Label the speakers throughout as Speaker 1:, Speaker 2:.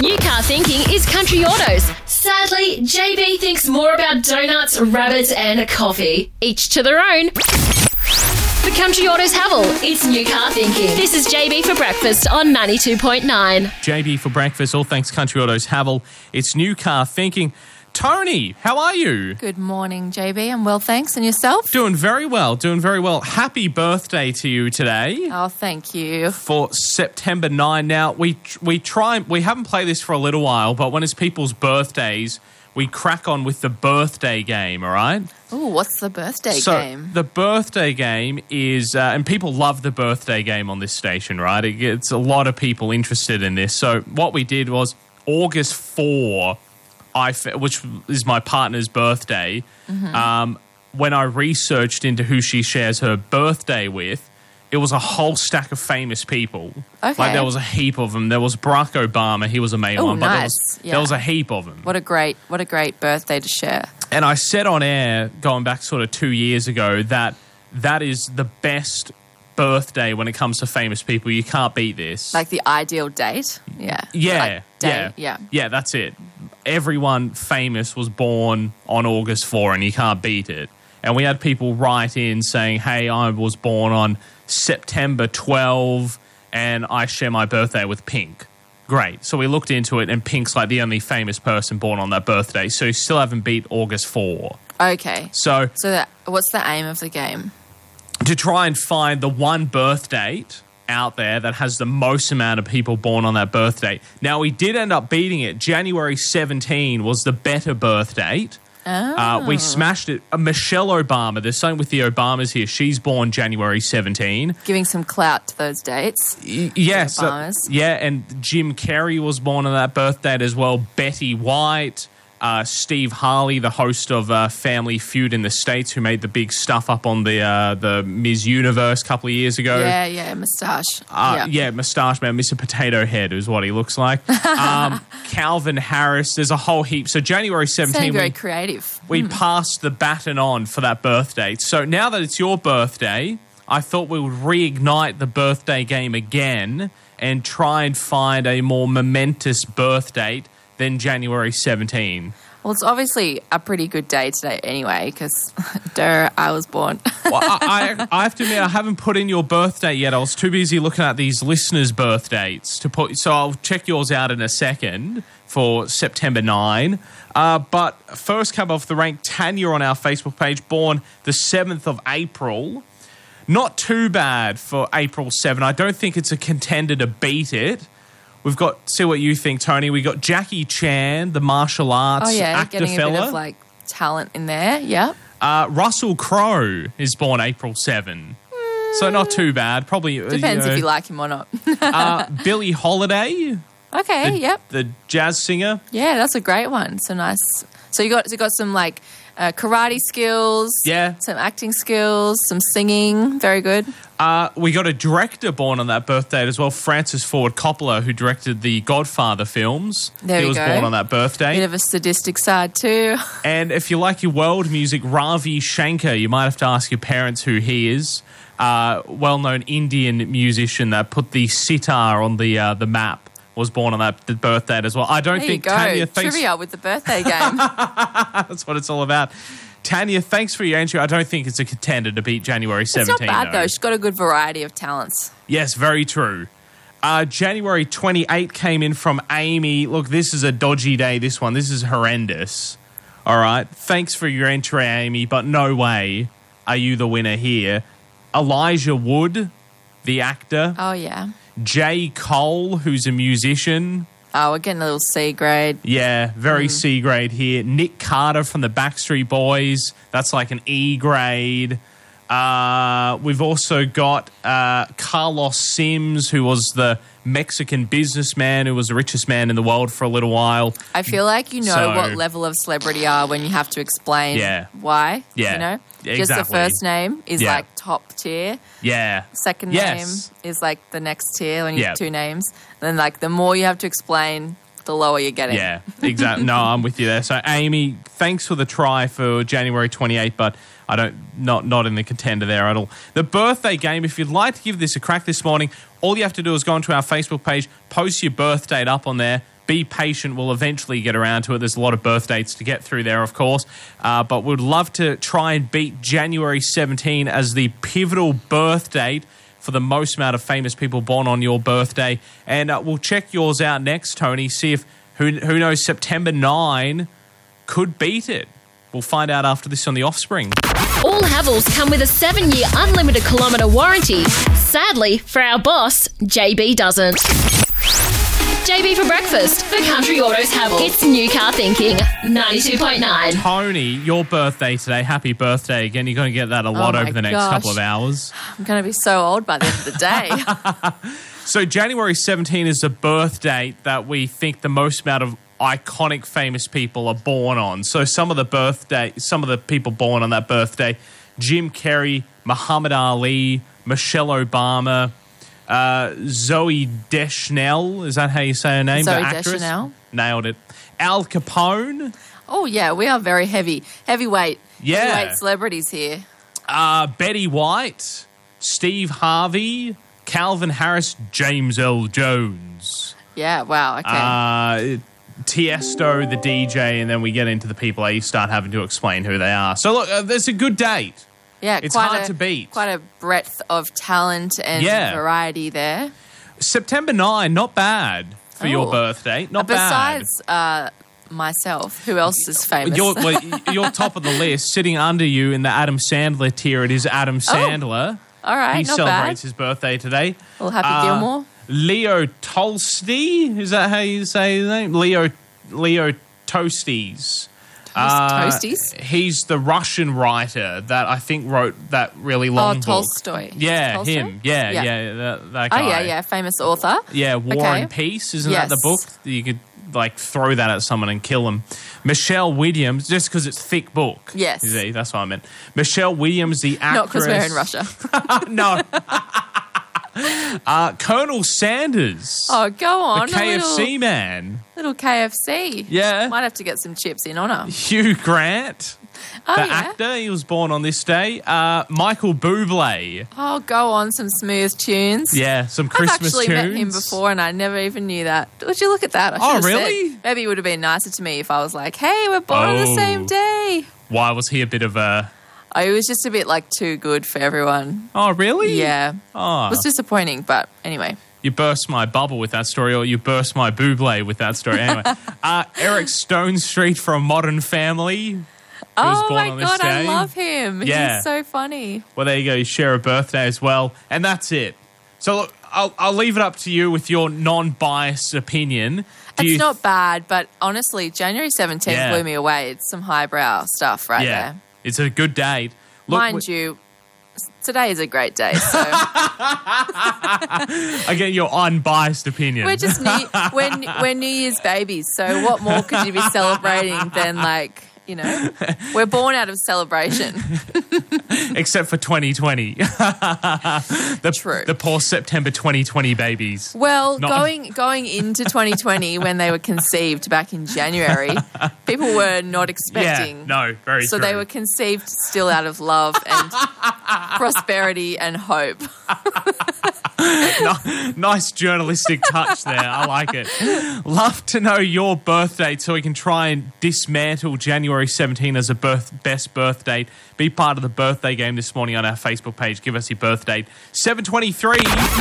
Speaker 1: New car thinking is Country Autos. Sadly, JB thinks more about donuts, rabbits, and coffee. Each to their own. For Country Autos Havel, it's New Car Thinking. This is JB for breakfast on 92.9.
Speaker 2: JB for breakfast. All thanks, Country Autos Havel. It's new car thinking. Tony, how are you?
Speaker 3: Good morning, JB. I'm well, thanks. And yourself?
Speaker 2: Doing very well, doing very well. Happy birthday to you today
Speaker 3: Oh, thank you.
Speaker 2: for September 9. Now, we we try we haven't played this for a little while, but when it's people's birthdays, we crack on with the birthday game, all right?
Speaker 3: Ooh, what's the birthday game?
Speaker 2: The birthday game is, uh, and people love the birthday game on this station, right? It gets a lot of people interested in this. So what we did was August four, I f- which is my partner's birthday.
Speaker 3: Mm-hmm.
Speaker 2: Um, when I researched into who she shares her birthday with. It was a whole stack of famous people. Like
Speaker 3: Okay.
Speaker 2: there was a heap of them. There was Barack Obama. He was a main
Speaker 3: Ooh,
Speaker 2: one, but there was
Speaker 3: nice. Yeah.
Speaker 2: there was a heap of them.
Speaker 3: What a great, what a great birthday to share.
Speaker 2: And I said on air, going back sort of two years ago, that that is the best birthday when it comes to famous people. You can't beat this.
Speaker 3: Like the ideal date. Yeah.
Speaker 2: yeah,
Speaker 3: Like day.
Speaker 2: yeah,
Speaker 3: Yeah.
Speaker 2: yeah. That's it. Everyone famous was born on August four, and you can't beat it. And we had people write in saying, "Hey, I was born on September twelve, and I share my birthday with Pink." Great. So we looked into it, and Pink's like the only famous person born on that birthday. So you still haven't beat August four.
Speaker 3: Okay.
Speaker 2: So
Speaker 3: So, that, what's the aim of the game?
Speaker 2: to try and find the one birth date out there that has the most amount of people born on that birth date. Now, we did end up beating it. January 17 was the better birth date. Uh, we smashed it. Uh, Michelle Obama, there's something with the Obamas here. She's born January 17.
Speaker 3: Giving some clout to those dates.
Speaker 2: Y- yes. uh,
Speaker 3: Obamas.
Speaker 2: yeah, and Jim Carrey was born on that birth date as well. Betty White. Uh, Steve Harley, the host of uh, Family Feud in the States, who made the big stuff up on the uh, the Ms. Universe a couple of years ago.
Speaker 3: Yeah, yeah, moustache.
Speaker 2: Uh, Oh. yeah. moustache man, Mr. Potato Head is what he looks like. Um, Calvin Harris, there's a whole heap. So January 17,
Speaker 3: Sounding very
Speaker 2: we,
Speaker 3: creative.
Speaker 2: we passed the baton on for that birthday. So now that it's your birthday, I thought we would reignite the birthday game again and try and find a more momentous birth date than January 17.
Speaker 3: Well, it's obviously a pretty good day today, anyway, because duh, I was born.
Speaker 2: Well, I, I, I have to admit, I haven't put in your birthday yet. I was too busy looking at these listeners' birth dates to put. So I'll check yours out in a second for September nine. Uh, but first, come off the rank, Tanya on our Facebook page, born the seventh of April. Not too bad for April seven. I don't think it's a contender to beat it. We've got see what you think, Tony. We got Jackie Chan, the martial arts
Speaker 3: oh, yeah,
Speaker 2: actor
Speaker 3: getting a bit
Speaker 2: fella.
Speaker 3: of like talent in there. Yeah.
Speaker 2: Uh, Russell Crowe is born April 7. So not too bad. Probably uh,
Speaker 3: Depends
Speaker 2: know.
Speaker 3: if you like him or not.
Speaker 2: uh, Billie Holiday,
Speaker 3: okay,
Speaker 2: the,
Speaker 3: yep.
Speaker 2: the jazz singer.
Speaker 3: Yeah, that's a great one. So nice. So you got so you got some like uh, karate skills.
Speaker 2: Yeah.
Speaker 3: Some acting skills, some singing. Very good.
Speaker 2: Uh, we got a director born on that birthday as well, Francis Ford Coppola, who directed the Godfather films.
Speaker 3: There
Speaker 2: he
Speaker 3: we
Speaker 2: was
Speaker 3: go.
Speaker 2: born on that birthday.
Speaker 3: Bit of a sadistic side too.
Speaker 2: And if you like your world music, Ravi Shankar, you might have to ask your parents who he is. Uh, well-known Indian musician that put the sitar on the uh, the map was born on that th- birthday as well. I don't
Speaker 3: There you
Speaker 2: think
Speaker 3: go.
Speaker 2: Tanya thinks
Speaker 3: Trivia with the birthday game.
Speaker 2: that's what it's all about. Tanya, thanks for your entry. I don't think it's a contender to beat January 17.
Speaker 3: it's not bad
Speaker 2: though.
Speaker 3: though. She's got a good variety of talents.
Speaker 2: Yes, very true. Uh, January 28 came in from Amy. Look, this is a dodgy day, this one. This is horrendous. All right. Thanks for your entry, Amy, but no way are you the winner here. Elijah Wood, the actor.
Speaker 3: Oh yeah.
Speaker 2: Jay Cole, who's a musician.
Speaker 3: Oh, we're getting a little C grade.
Speaker 2: Yeah,
Speaker 3: Hmm.
Speaker 2: very C grade here. Nick Carter from the Backstreet Boys. That's like an E grade. Uh, we've also got uh, Carlos Sims, who was the Mexican businessman who was the richest man in the world for a little while.
Speaker 3: I feel like you know
Speaker 2: So-
Speaker 3: what level of celebrity you are when you have to explain
Speaker 2: Yeah.
Speaker 3: why.
Speaker 2: Yeah.
Speaker 3: You know?
Speaker 2: Yeah,
Speaker 3: Just the
Speaker 2: exactly.
Speaker 3: first name is
Speaker 2: Yeah.
Speaker 3: like top tier.
Speaker 2: Yeah.
Speaker 3: second
Speaker 2: Yes.
Speaker 3: name is like the next tier when you
Speaker 2: Yeah.
Speaker 3: have two names. And then like the more you have to explain, the lower you're getting.
Speaker 2: Yeah, exactly. no, I'm with you there. So, Amy, thanks for the try for January 28, but I don't not not in the contender there at all. The birthday game. If you'd like to give this a crack this morning, all you have to do is go onto our Facebook page, post your birth date up on there. be patient. We'll eventually get around to it. There's a lot of birth dates to get through there, of course. Uh, but we'd love to try and beat January 17 as the pivotal birth date for the most amount of famous people born on your birthday. And uh, we'll check yours out next, Tony. See if, who, who knows, September 9 could beat it. We'll find out after this on The Offspring.
Speaker 1: All Havels come with a seven year unlimited kilometre warranty. Sadly, for our boss, JB doesn't. JB for breakfast for Country Autos Havel. It's new car thinking, 92.9.
Speaker 2: Tony, your birthday today. Happy birthday again. You're going to get that a lot
Speaker 3: Oh my
Speaker 2: over the next
Speaker 3: gosh.
Speaker 2: couple of hours.
Speaker 3: I'm going to be so old by the end of the day.
Speaker 2: So January 17 is the birth date that we think the most amount of iconic famous people are born on. So some of the birthday some of the people born on that birthday, Jim Carrey, Muhammad Ali, Michelle Obama, uh, Zoe Deschanel, is that how you say her name?
Speaker 3: Zoe
Speaker 2: the actress?
Speaker 3: Deschanel.
Speaker 2: Nailed it. Al Capone,
Speaker 3: oh, yeah, we are very heavy, heavyweight.
Speaker 2: Yeah.
Speaker 3: Heavyweight celebrities here.
Speaker 2: uh, Betty White, Steve Harvey, Calvin Harris, James L. Jones.
Speaker 3: Yeah, wow, okay.
Speaker 2: uh, Tiesto, the DJ, and then we get into the people. You start having to explain who they are. So look, uh, there's a good date.
Speaker 3: yeah,
Speaker 2: it's
Speaker 3: quite
Speaker 2: hard
Speaker 3: a,
Speaker 2: to beat.
Speaker 3: Quite a breadth of talent and
Speaker 2: Yeah.
Speaker 3: variety there.
Speaker 2: September nine, not bad for your
Speaker 3: Oh.
Speaker 2: birthday. Not
Speaker 3: Besides uh, myself, who else is
Speaker 2: bad.
Speaker 3: famous?
Speaker 2: oh, You're, well, y- you're top of the list. Sitting under you in the Adam Sandler tier, it is Adam Sandler.
Speaker 3: Oh. All right,
Speaker 2: he
Speaker 3: not
Speaker 2: celebrates Uh,
Speaker 3: bad.
Speaker 2: his birthday today.
Speaker 3: Well, Happy Gilmore.
Speaker 2: Leo Tolsty, is that how you say his name? Leo Leo Toasties. Uh,
Speaker 3: Toasties?
Speaker 2: He's the Russian writer that I think wrote that really long
Speaker 3: Oh,
Speaker 2: book.
Speaker 3: Tolstoy.
Speaker 2: Yeah,
Speaker 3: Tolstoy?
Speaker 2: him. Yeah, yeah,
Speaker 3: Yeah.
Speaker 2: that, that
Speaker 3: Oh,
Speaker 2: guy.
Speaker 3: yeah, yeah, famous author.
Speaker 2: Yeah, War
Speaker 3: Okay.
Speaker 2: and Peace. Isn't that the
Speaker 3: Yes.
Speaker 2: book? You could like throw that at someone and kill them. Michelle Williams, just because it's thick book.
Speaker 3: Yes.
Speaker 2: You see, that's what I meant. Michelle Williams, the actress.
Speaker 3: Not because we're in Russia.
Speaker 2: no. uh, Colonel Sanders.
Speaker 3: Oh, go
Speaker 2: the
Speaker 3: on. a
Speaker 2: KFC
Speaker 3: little,
Speaker 2: man.
Speaker 3: little KFC.
Speaker 2: Yeah.
Speaker 3: Might have to get some chips in on her.
Speaker 2: Hugh Grant.
Speaker 3: Oh,
Speaker 2: the
Speaker 3: yeah.
Speaker 2: actor, he was born on this day. Uh, Michael Bublé.
Speaker 3: Oh, go on. Some smooth tunes.
Speaker 2: Yeah, some
Speaker 3: I've
Speaker 2: Christmas
Speaker 3: actually
Speaker 2: tunes.
Speaker 3: met him before and I never even knew that. Would you look at that? I
Speaker 2: Oh,
Speaker 3: should've
Speaker 2: really?
Speaker 3: said- maybe it would have been nicer to me if I was like, hey, we're born on
Speaker 2: Oh.
Speaker 3: the same day.
Speaker 2: Why was he a bit of a?
Speaker 3: I was just a bit like too good for everyone.
Speaker 2: Oh, really?
Speaker 3: Yeah.
Speaker 2: Oh,
Speaker 3: It was disappointing, but anyway.
Speaker 2: you burst my bubble with that story, or you burst my buble with that story. Anyway, uh, Eric Stone Street from Modern Family. was
Speaker 3: Oh
Speaker 2: born
Speaker 3: my
Speaker 2: on this
Speaker 3: god, I
Speaker 2: day.
Speaker 3: love him.
Speaker 2: Yeah.
Speaker 3: He's so funny.
Speaker 2: Well, there you go. You share a birthday as well, and that's it. So look, I'll, I'll leave it up to you with your non-biased opinion. Do
Speaker 3: it's
Speaker 2: you-
Speaker 3: not bad, but honestly, January 17th
Speaker 2: Yeah.
Speaker 3: blew me away. It's some highbrow stuff right
Speaker 2: yeah,
Speaker 3: there.
Speaker 2: it's a good date. Look,
Speaker 3: Mind
Speaker 2: w-
Speaker 3: you, s- today is a great day, so
Speaker 2: again, your unbiased opinion.
Speaker 3: we're just new, we're, we're New Year's babies. So what more could you be celebrating than like you know we're born out of celebration.
Speaker 2: except for 2020. the,
Speaker 3: True.
Speaker 2: The poor September 2020 babies.
Speaker 3: Well,
Speaker 2: Not-
Speaker 3: going going into 2020 when they were conceived back in January, people were not expecting.
Speaker 2: Yeah, no, very
Speaker 3: So
Speaker 2: true.
Speaker 3: they were conceived still out of love and prosperity and hope.
Speaker 2: nice journalistic touch there. I like it. Love to know your birth date so we can try and dismantle January 17 as a birth best birth date. Be part of the birthday game this morning on our Facebook page. Give us your birth date. 723.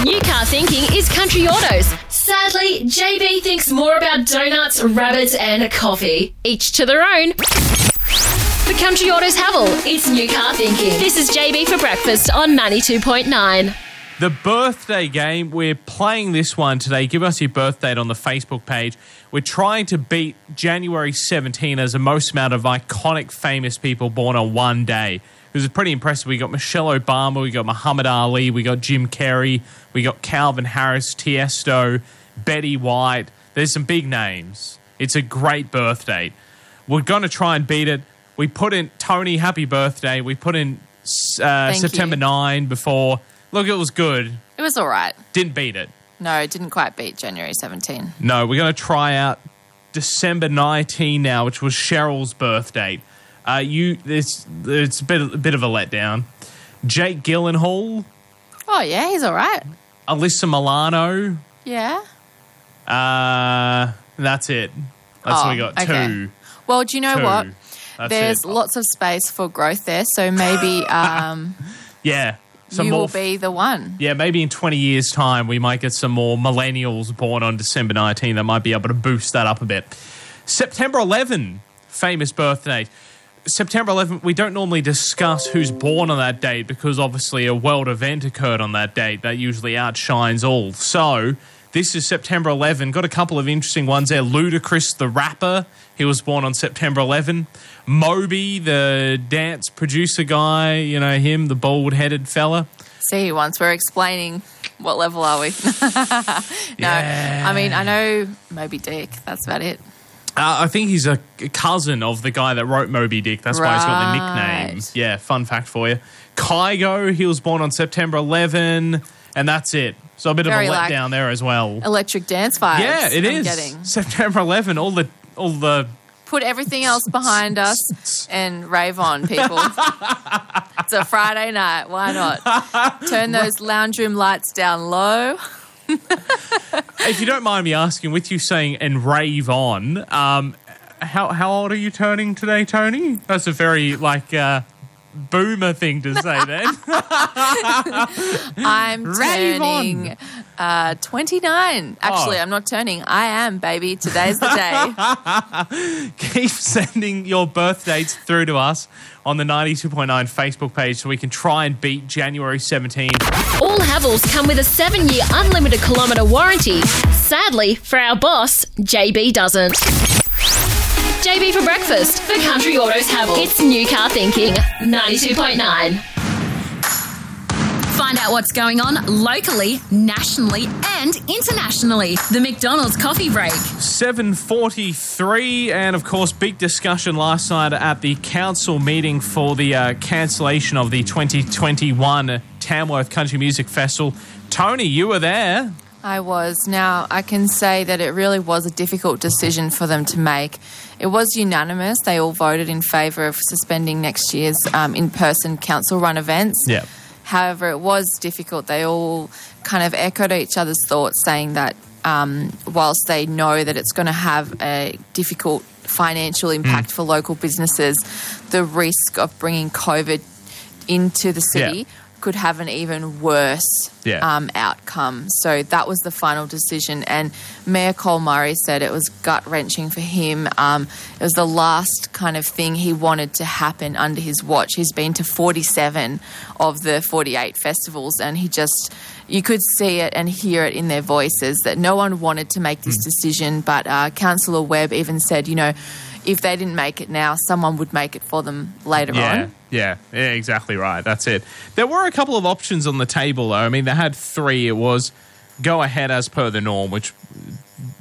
Speaker 1: New car thinking is Country Autos. Sadly, JB thinks more about donuts, rabbits, and coffee. Each to their own. For Country Autos Havel, it's new car thinking. This is JB for breakfast on 92.9.
Speaker 2: The birthday game, we're playing this one today. Give us your birth date on the Facebook page. We're trying to beat January 17 as the most amount of iconic famous people born on one day. It was pretty impressive. We got Michelle Obama, we got Muhammad Ali, we got Jim Carrey, we got Calvin Harris, Tiesto, Betty White. There's some big names. It's a great birth date. We're going to try and beat it. We put in Tony, happy birthday. We put in uh,
Speaker 3: you.
Speaker 2: September 9 before. Look, it was good.
Speaker 3: It was all right.
Speaker 2: Didn't beat it.
Speaker 3: No, it didn't quite beat January 17.
Speaker 2: No, we're going to try out December 19 now, which was Cheryl's birth date. Uh, you, it's, it's a, bit, a bit of a letdown. Jake Gyllenhaal,
Speaker 3: Oh yeah, he's all right.
Speaker 2: Alyssa Milano,
Speaker 3: Yeah.
Speaker 2: uh, That's it. That's what we
Speaker 3: Oh,
Speaker 2: got.
Speaker 3: okay.
Speaker 2: Two.
Speaker 3: Well, do you know
Speaker 2: Two.
Speaker 3: what?
Speaker 2: That's
Speaker 3: There's
Speaker 2: it.
Speaker 3: lots of space for growth there, so maybe um,
Speaker 2: Yeah. Some
Speaker 3: you
Speaker 2: more
Speaker 3: will
Speaker 2: f-
Speaker 3: be the one.
Speaker 2: Yeah, maybe in 20 years' time, we might get some more millennials born on December 19 that might be able to boost that up a bit. September 11, famous birthday. September 11, we don't normally discuss who's born on that date because obviously a world event occurred on that date that usually outshines all. So, this is September 11. Got a couple of interesting ones there. Ludacris, the rapper, he was born on September 11. Moby, the dance producer guy, you know him, the bald headed fella.
Speaker 3: See, once we're explaining what level are we? no,
Speaker 2: Yeah.
Speaker 3: I mean I know Moby Dick. That's about it.
Speaker 2: Uh, I think he's a c- cousin of the guy that wrote Moby Dick. That's why he's got the nickname.
Speaker 3: Right.
Speaker 2: Yeah, fun fact for you. Kygo, he was born on September 11, and that's it. So a bit
Speaker 3: Very,
Speaker 2: of a
Speaker 3: like,
Speaker 2: letdown there as well.
Speaker 3: Electric dance vibes.
Speaker 2: Yeah, it
Speaker 3: I'm
Speaker 2: is
Speaker 3: Getting.
Speaker 2: September 11. All the all the
Speaker 3: Put everything else behind us and rave on, people. it's a Friday night. Why not? Turn those lounge room lights down low.
Speaker 2: if you don't mind me asking, with you saying and rave on, um, how how old are you turning today, Tony? That's a very like uh, boomer thing to say. Then
Speaker 3: I'm
Speaker 2: Rave on.
Speaker 3: turning uh, 29. Actually,
Speaker 2: Oh.
Speaker 3: I'm not turning. I am, baby. Today's the day.
Speaker 2: keep sending your birth dates through to us on the 92.9 Facebook page so we can try and beat January 17.
Speaker 1: All Havels come with a seven year unlimited kilometre warranty. Sadly, for our boss, JB doesn't. JB for breakfast for Country Autos Havel. It's new car thinking, 92.9.
Speaker 4: Find out what's going on locally, nationally, and internationally. The McDonald's coffee break.
Speaker 2: 7:43, and of course, big discussion last night at the council meeting for the uh, cancellation of the 2021 Tamworth Country Music Festival. Tony, you were there.
Speaker 3: I was. Now, I can say that it really was a difficult decision for them to make. It was unanimous. They all voted in favour of suspending next year's um, in person council run events.
Speaker 2: Yeah.
Speaker 3: However, it was difficult. They all kind of echoed each other's thoughts, saying that um, whilst they know that it's going to have a difficult financial
Speaker 2: Hmm.
Speaker 3: impact for local businesses, the risk of bringing COVID into the city
Speaker 2: Yeah.
Speaker 3: could have an even worse
Speaker 2: Yeah.
Speaker 3: um, outcome. So that was the final decision. And Mayor Cole Murray said it was gut wrenching for him. Um, it was the last kind of thing he wanted to happen under his watch. He's been to 47 of the 48 festivals, and he just, you could see it and hear it in their voices that no one wanted to make
Speaker 2: Hmm.
Speaker 3: this decision. But uh, Councillor Webb even said, you know, if they didn't make it now, someone would make it for them later
Speaker 2: Yeah,
Speaker 3: on.
Speaker 2: yeah, yeah, exactly right. That's it. There were a couple of options on the table, though. I mean, they had three. It was go ahead as per the norm, which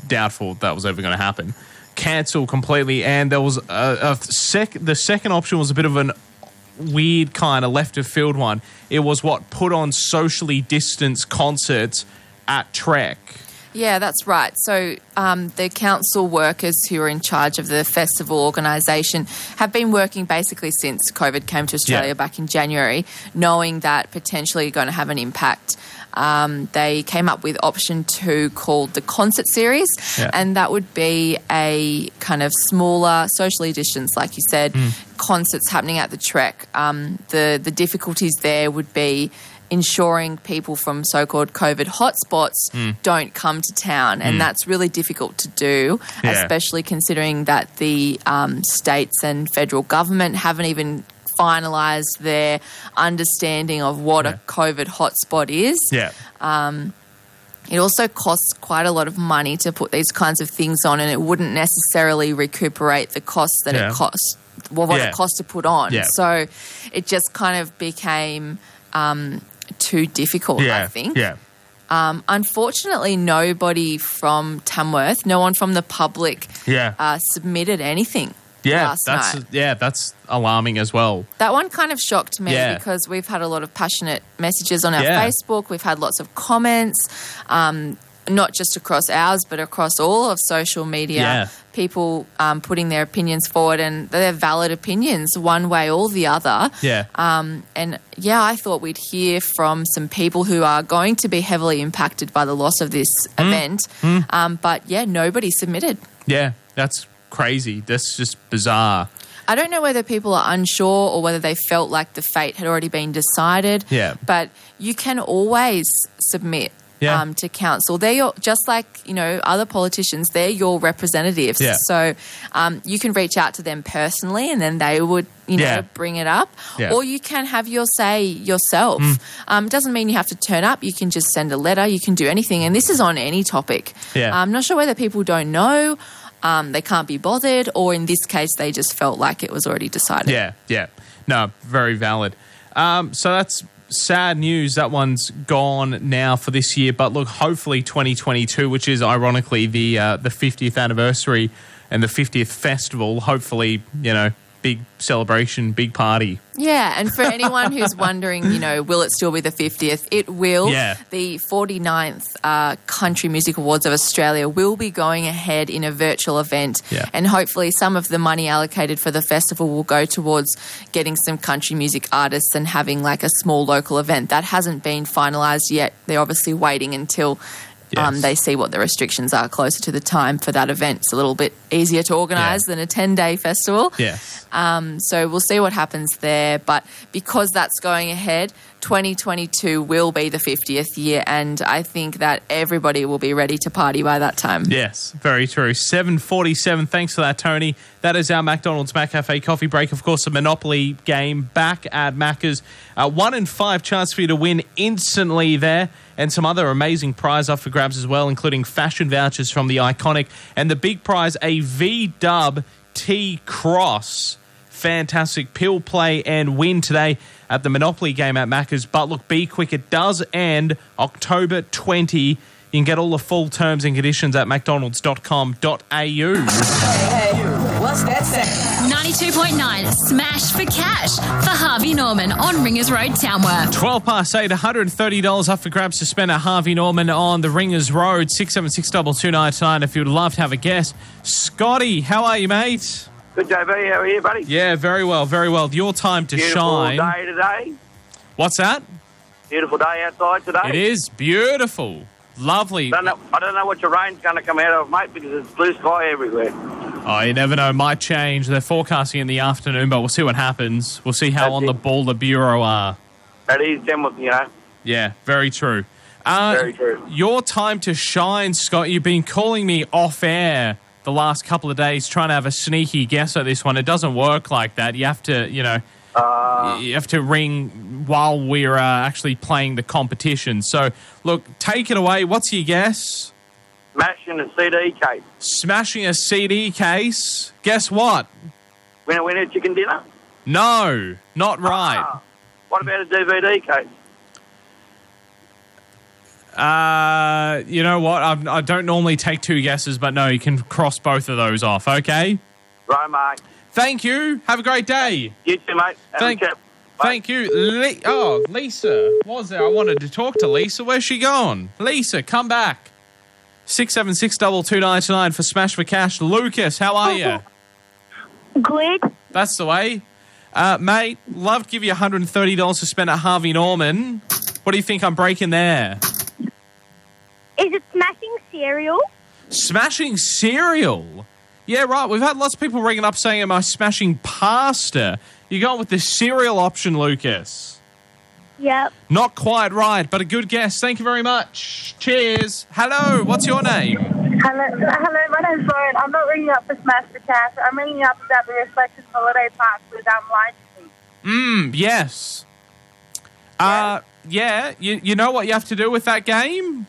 Speaker 2: doubtful that was ever going to happen. Cancel completely, and there was a, a sec. The second option was a bit of an weird kind of left of field one. It was what put on socially distanced concerts at Trek.
Speaker 3: Yeah, that's right. So um, the council workers who are in charge of the festival organisation have been working basically since COVID came to Australia
Speaker 2: Yeah.
Speaker 3: back in January, knowing that potentially going to have an impact. Um, they came up with option two called the concert series,
Speaker 2: Yeah.
Speaker 3: and that would be a kind of smaller, socially distanced, like you said,
Speaker 2: Hmm.
Speaker 3: concerts happening at the Trek. Um, the the difficulties there would be ensuring people from so-called COVID hotspots
Speaker 2: Hmm.
Speaker 3: don't come to town, and that's really difficult to do,
Speaker 2: Yeah.
Speaker 3: especially considering that the um, states and federal government haven't even finalised their understanding of what
Speaker 2: Yeah.
Speaker 3: a COVID hotspot is.
Speaker 2: Yeah,
Speaker 3: It also costs quite a lot of money to put these kinds of things on, and it wouldn't necessarily recuperate the costs that
Speaker 2: Yeah.
Speaker 3: it costs. Well, what
Speaker 2: Yeah.
Speaker 3: it cost to put on.
Speaker 2: Yeah.
Speaker 3: So it just kind of became um, too difficult,
Speaker 2: yeah,
Speaker 3: I think.
Speaker 2: yeah.
Speaker 3: Um, unfortunately, nobody from Tamworth, no one from the public,
Speaker 2: Yeah.
Speaker 3: uh, submitted anything.
Speaker 2: Yeah,
Speaker 3: last
Speaker 2: that's
Speaker 3: night.
Speaker 2: yeah, that's alarming as well.
Speaker 3: That one kind of shocked me
Speaker 2: Yeah.
Speaker 3: because we've had a lot of passionate messages on our
Speaker 2: Yeah.
Speaker 3: Facebook. We've had lots of comments. Um, not just across ours, but across all of social media.
Speaker 2: Yeah.
Speaker 3: People um, putting their opinions forward, and they're valid opinions, one way or the other.
Speaker 2: Yeah.
Speaker 3: Um, and yeah, I thought we'd hear from some people who are going to be heavily impacted by the loss of this
Speaker 2: Mm.
Speaker 3: event. Um, but yeah, nobody submitted.
Speaker 2: Yeah, that's crazy. That's just bizarre.
Speaker 3: I don't know whether people are unsure or whether they felt like the fate had already been decided.
Speaker 2: Yeah.
Speaker 3: But you can always submit
Speaker 2: Yeah.
Speaker 3: um, to council. They're your, just like you know other politicians. They're your representatives.
Speaker 2: Yeah.
Speaker 3: So um, you can reach out to them personally, and then they would you know
Speaker 2: Yeah.
Speaker 3: bring it up.
Speaker 2: Yeah. Mm.
Speaker 3: Or you can have your say yourself. Um, it doesn't mean you have to turn up. You can just send a letter. You can do anything, and this is on any topic. Um,
Speaker 2: Yeah.
Speaker 3: I'm not sure whether people don't know. Um, they can't be bothered, or in this case, they just felt like it was already decided.
Speaker 2: Yeah, yeah. No, very valid. Um, so that's sad news. That one's gone now for this year. But look, hopefully 2022, which is ironically the uh, the 50th anniversary and the 50th festival. Hopefully, you know, big celebration, big party.
Speaker 3: Yeah, and for anyone who's wondering, you know, will it still be the 50th? It will.
Speaker 2: Yeah.
Speaker 3: The 49th uh, Country Music Awards of Australia will be going ahead in a virtual event.
Speaker 2: Yeah.
Speaker 3: And hopefully, some of the money allocated for the festival will go towards getting some country music artists and having like a small local event. That hasn't been finalised yet. They're obviously waiting until. Um,
Speaker 2: Yes.
Speaker 3: they see what the restrictions are closer to the time for that event. It's a little bit easier to organise than a 10 day festival.
Speaker 2: Yes.
Speaker 3: Um, so we'll see what happens there. But because that's going ahead, 2022 will be the 50th year. And I think that everybody will be ready to party by that time.
Speaker 2: Yes, very true. 747. Thanks for that, Tony. That is our McDonald's Mac Cafe coffee break. Of course, a Monopoly game back at Macca's. Uh, one in five chance for you to win instantly there. And some other amazing prize up for grabs as well, including fashion vouchers from the iconic. And the big prize, a V Dub T Cross fantastic pill play and win today at the Monopoly game at Macca's. But look, be quick. It does end October 20. You can get all the full terms and conditions at mcdonalds.com.au.
Speaker 5: Hey, hey, what's that say?
Speaker 4: 92.9 Smash for Cash for Harvey Norman on Ringers Road, Townworth.
Speaker 2: 12 past 8, $130 up for grabs to spend at Harvey Norman on the Ringers Road, 676 229 if you'd love to have a guess. Scotty, how are you, mate?
Speaker 6: Good JB, how are you, buddy?
Speaker 2: Yeah, very well, very well. Your time to
Speaker 6: Beautiful
Speaker 2: shine.
Speaker 6: day today.
Speaker 2: What's that?
Speaker 6: Beautiful day outside today.
Speaker 2: It is beautiful. Lovely.
Speaker 6: Don't know, I don't know what your rain's going to come out of, mate, because it's blue sky everywhere.
Speaker 2: Oh, you never know. Might change. They're forecasting in the afternoon, but we'll see what happens. We'll see how
Speaker 6: That's
Speaker 2: on the
Speaker 6: it.
Speaker 2: ball the Bureau are.
Speaker 6: That is them with, you know.
Speaker 2: Yeah, very true. Uh,
Speaker 6: Very true.
Speaker 2: Your time to shine, Scott. You've been calling me off air the last couple of days trying to have a sneaky guess at this one. It doesn't work like that. You have to, you know,
Speaker 6: Uh,
Speaker 2: you have to ring while we're uh, actually playing the competition. So, look, take it away. What's your guess?
Speaker 6: Mashing a CD cake.
Speaker 2: Smashing a CD case. Guess what?
Speaker 6: Winner, winner, chicken dinner.
Speaker 2: No, not right.
Speaker 6: Ah, what about a DVD case?
Speaker 2: Uh, you know what? I'm, I don't normally take two guesses, but no, you can cross both of those off. Okay.
Speaker 6: Right, mate.
Speaker 2: Thank you. Have a great day.
Speaker 6: You too, mate. Have
Speaker 2: Thank-
Speaker 6: a chat. Bye.
Speaker 2: Thank you. Le- oh, Lisa was there. I wanted to talk to Lisa. Where's she gone? Lisa, come back. Six seven six double two nine two nine for Smash for Cash. Lucas, how are you?
Speaker 7: Good.
Speaker 2: That's the way. Uh, mate, love to give you one hundred and thirty dollars to spend at Harvey Norman. What do you think I'm breaking there?
Speaker 7: Is it smashing cereal?
Speaker 2: Smashing cereal. Yeah, right. We've had lots of people ringing up saying, "Am I smashing pasta?" You got with the cereal option, Lucas.
Speaker 7: Yep.
Speaker 2: Not quite right, but a good guess. Thank you very much. Cheers. Hello. What's your name?
Speaker 8: Hello, hello, my name's Lauren. I'm not ringing up for Smash the Cash. I'm ringing up about the Reflections Holiday Park with um, Lion King.
Speaker 2: Mm, yes. Uh, yeah. You you know what you have to do with that game?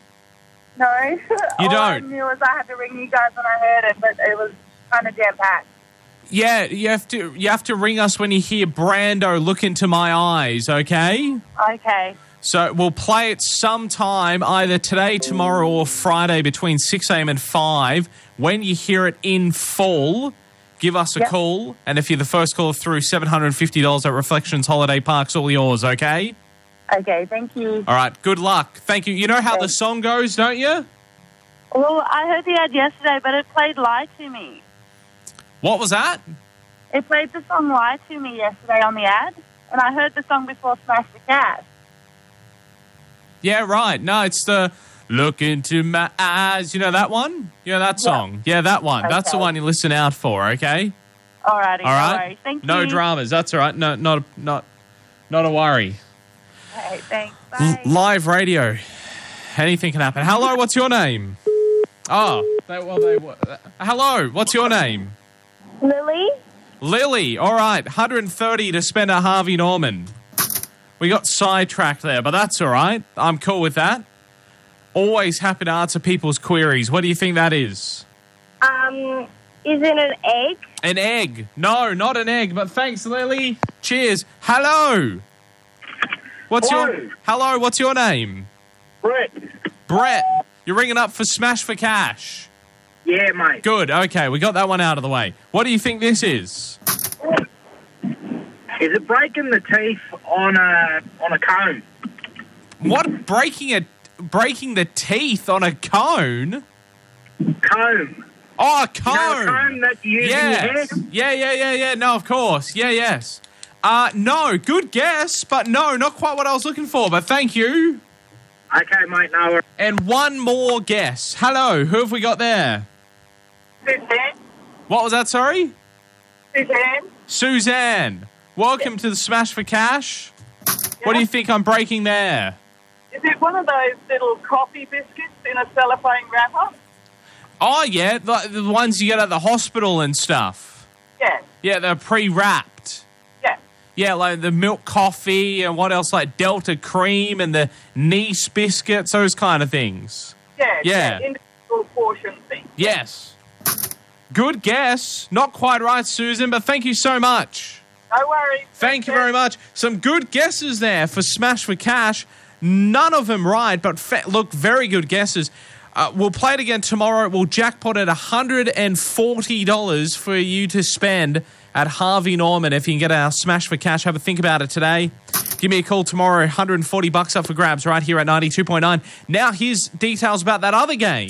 Speaker 8: No.
Speaker 2: You
Speaker 8: All I
Speaker 2: don't?
Speaker 8: knew was I had to ring you guys when I heard it, but it was kind of jam-packed.
Speaker 2: Yeah, you have to you have to ring us when you hear Brando look into my eyes. Okay.
Speaker 8: Okay.
Speaker 2: So we'll play it sometime, either today, tomorrow, or Friday between 6 a.m. and 5. When you hear it in full, give us a
Speaker 8: Yep.
Speaker 2: call. And if you're the first caller through, $750 at Reflections Holiday Park's all yours, okay?
Speaker 8: Okay, thank you.
Speaker 2: All right, good luck. Thank you. You know how the
Speaker 8: Thanks.
Speaker 2: song goes, don't you?
Speaker 8: Well, I heard the ad yesterday, but it played Lie to Me.
Speaker 2: What was that?
Speaker 8: It played the song Lie to Me yesterday on the ad, and I heard the song before Smash the Cat.
Speaker 2: Yeah, right. No, it's the look into my eyes. You know that one? Yeah, that song. Yeah, that one. That's the
Speaker 8: Okay.
Speaker 2: one you listen out for. Okay.
Speaker 8: Alrighty,
Speaker 2: All right.
Speaker 8: no worries. Thank
Speaker 2: no
Speaker 8: you.
Speaker 2: dramas. That's all right. No, not not not a worry.
Speaker 8: Okay, thanks.
Speaker 2: L-
Speaker 8: Bye.
Speaker 2: live radio. Anything can happen. Hello, what's your name? Oh, they, well, they were. uh, Hello, what's your name?
Speaker 7: Lily?
Speaker 2: Lily. All right, 130 to spend a Harvey Norman. We got sidetracked there, but that's all right. I'm cool with that. Always happy to answer people's queries. What do you think that is?
Speaker 7: Um, is it an egg?
Speaker 2: An egg. No, not an egg, but thanks, Lily. Cheers. Hello. What's your
Speaker 6: Hello.
Speaker 2: Hello, what's your name?
Speaker 6: Brett.
Speaker 2: Brett. You're ringing up for Smash for Cash.
Speaker 6: Yeah, mate.
Speaker 2: Good. Okay, we got that one out of the way. What do you think this is?
Speaker 6: Is it breaking the teeth on a on a comb?
Speaker 2: What breaking a breaking the teeth on a cone?
Speaker 6: Comb.
Speaker 2: Oh, a
Speaker 6: You
Speaker 2: cone.
Speaker 6: know, the comb that you use in your hair?
Speaker 2: Yes. Yeah, yeah, yeah, yeah. No, of course. Yeah, yes. Uh, no, good guess, but no, not quite what I was looking for, but thank you.
Speaker 6: Okay, mate. No, worries.
Speaker 2: And one more guess. Hello, who have we got there?
Speaker 8: Suzanne?
Speaker 2: What was that, sorry?
Speaker 8: Suzanne?
Speaker 2: Suzanne. Welcome to the Smash for Cash. What do you think I'm breaking there?
Speaker 8: Is it one of those little coffee biscuits in a cellophane wrapper?
Speaker 2: Oh, yeah, the, the ones you get at the hospital and stuff.
Speaker 8: Yeah,
Speaker 2: Yeah, they're pre wrapped.
Speaker 8: yeah.
Speaker 2: Yeah, like the milk coffee and what else, like Delta cream and the nice biscuits, those kind of things.
Speaker 8: Yeah,
Speaker 2: Yeah.
Speaker 8: that individual portion thing.
Speaker 2: Yes. Good guess. Not quite right, Susan, but thank you so much.
Speaker 8: No worries.
Speaker 2: Thank you very much. Some good guesses there for Smash for Cash. None of them right, but fa- look, very good guesses. Uh, we'll play it again tomorrow. We'll jackpot at $140 for you to spend at Harvey Norman if you can get our Smash for Cash. Have a think about it today. Give me a call tomorrow. 140 bucks up for grabs right here at 92.9. Now, here's details about that other game.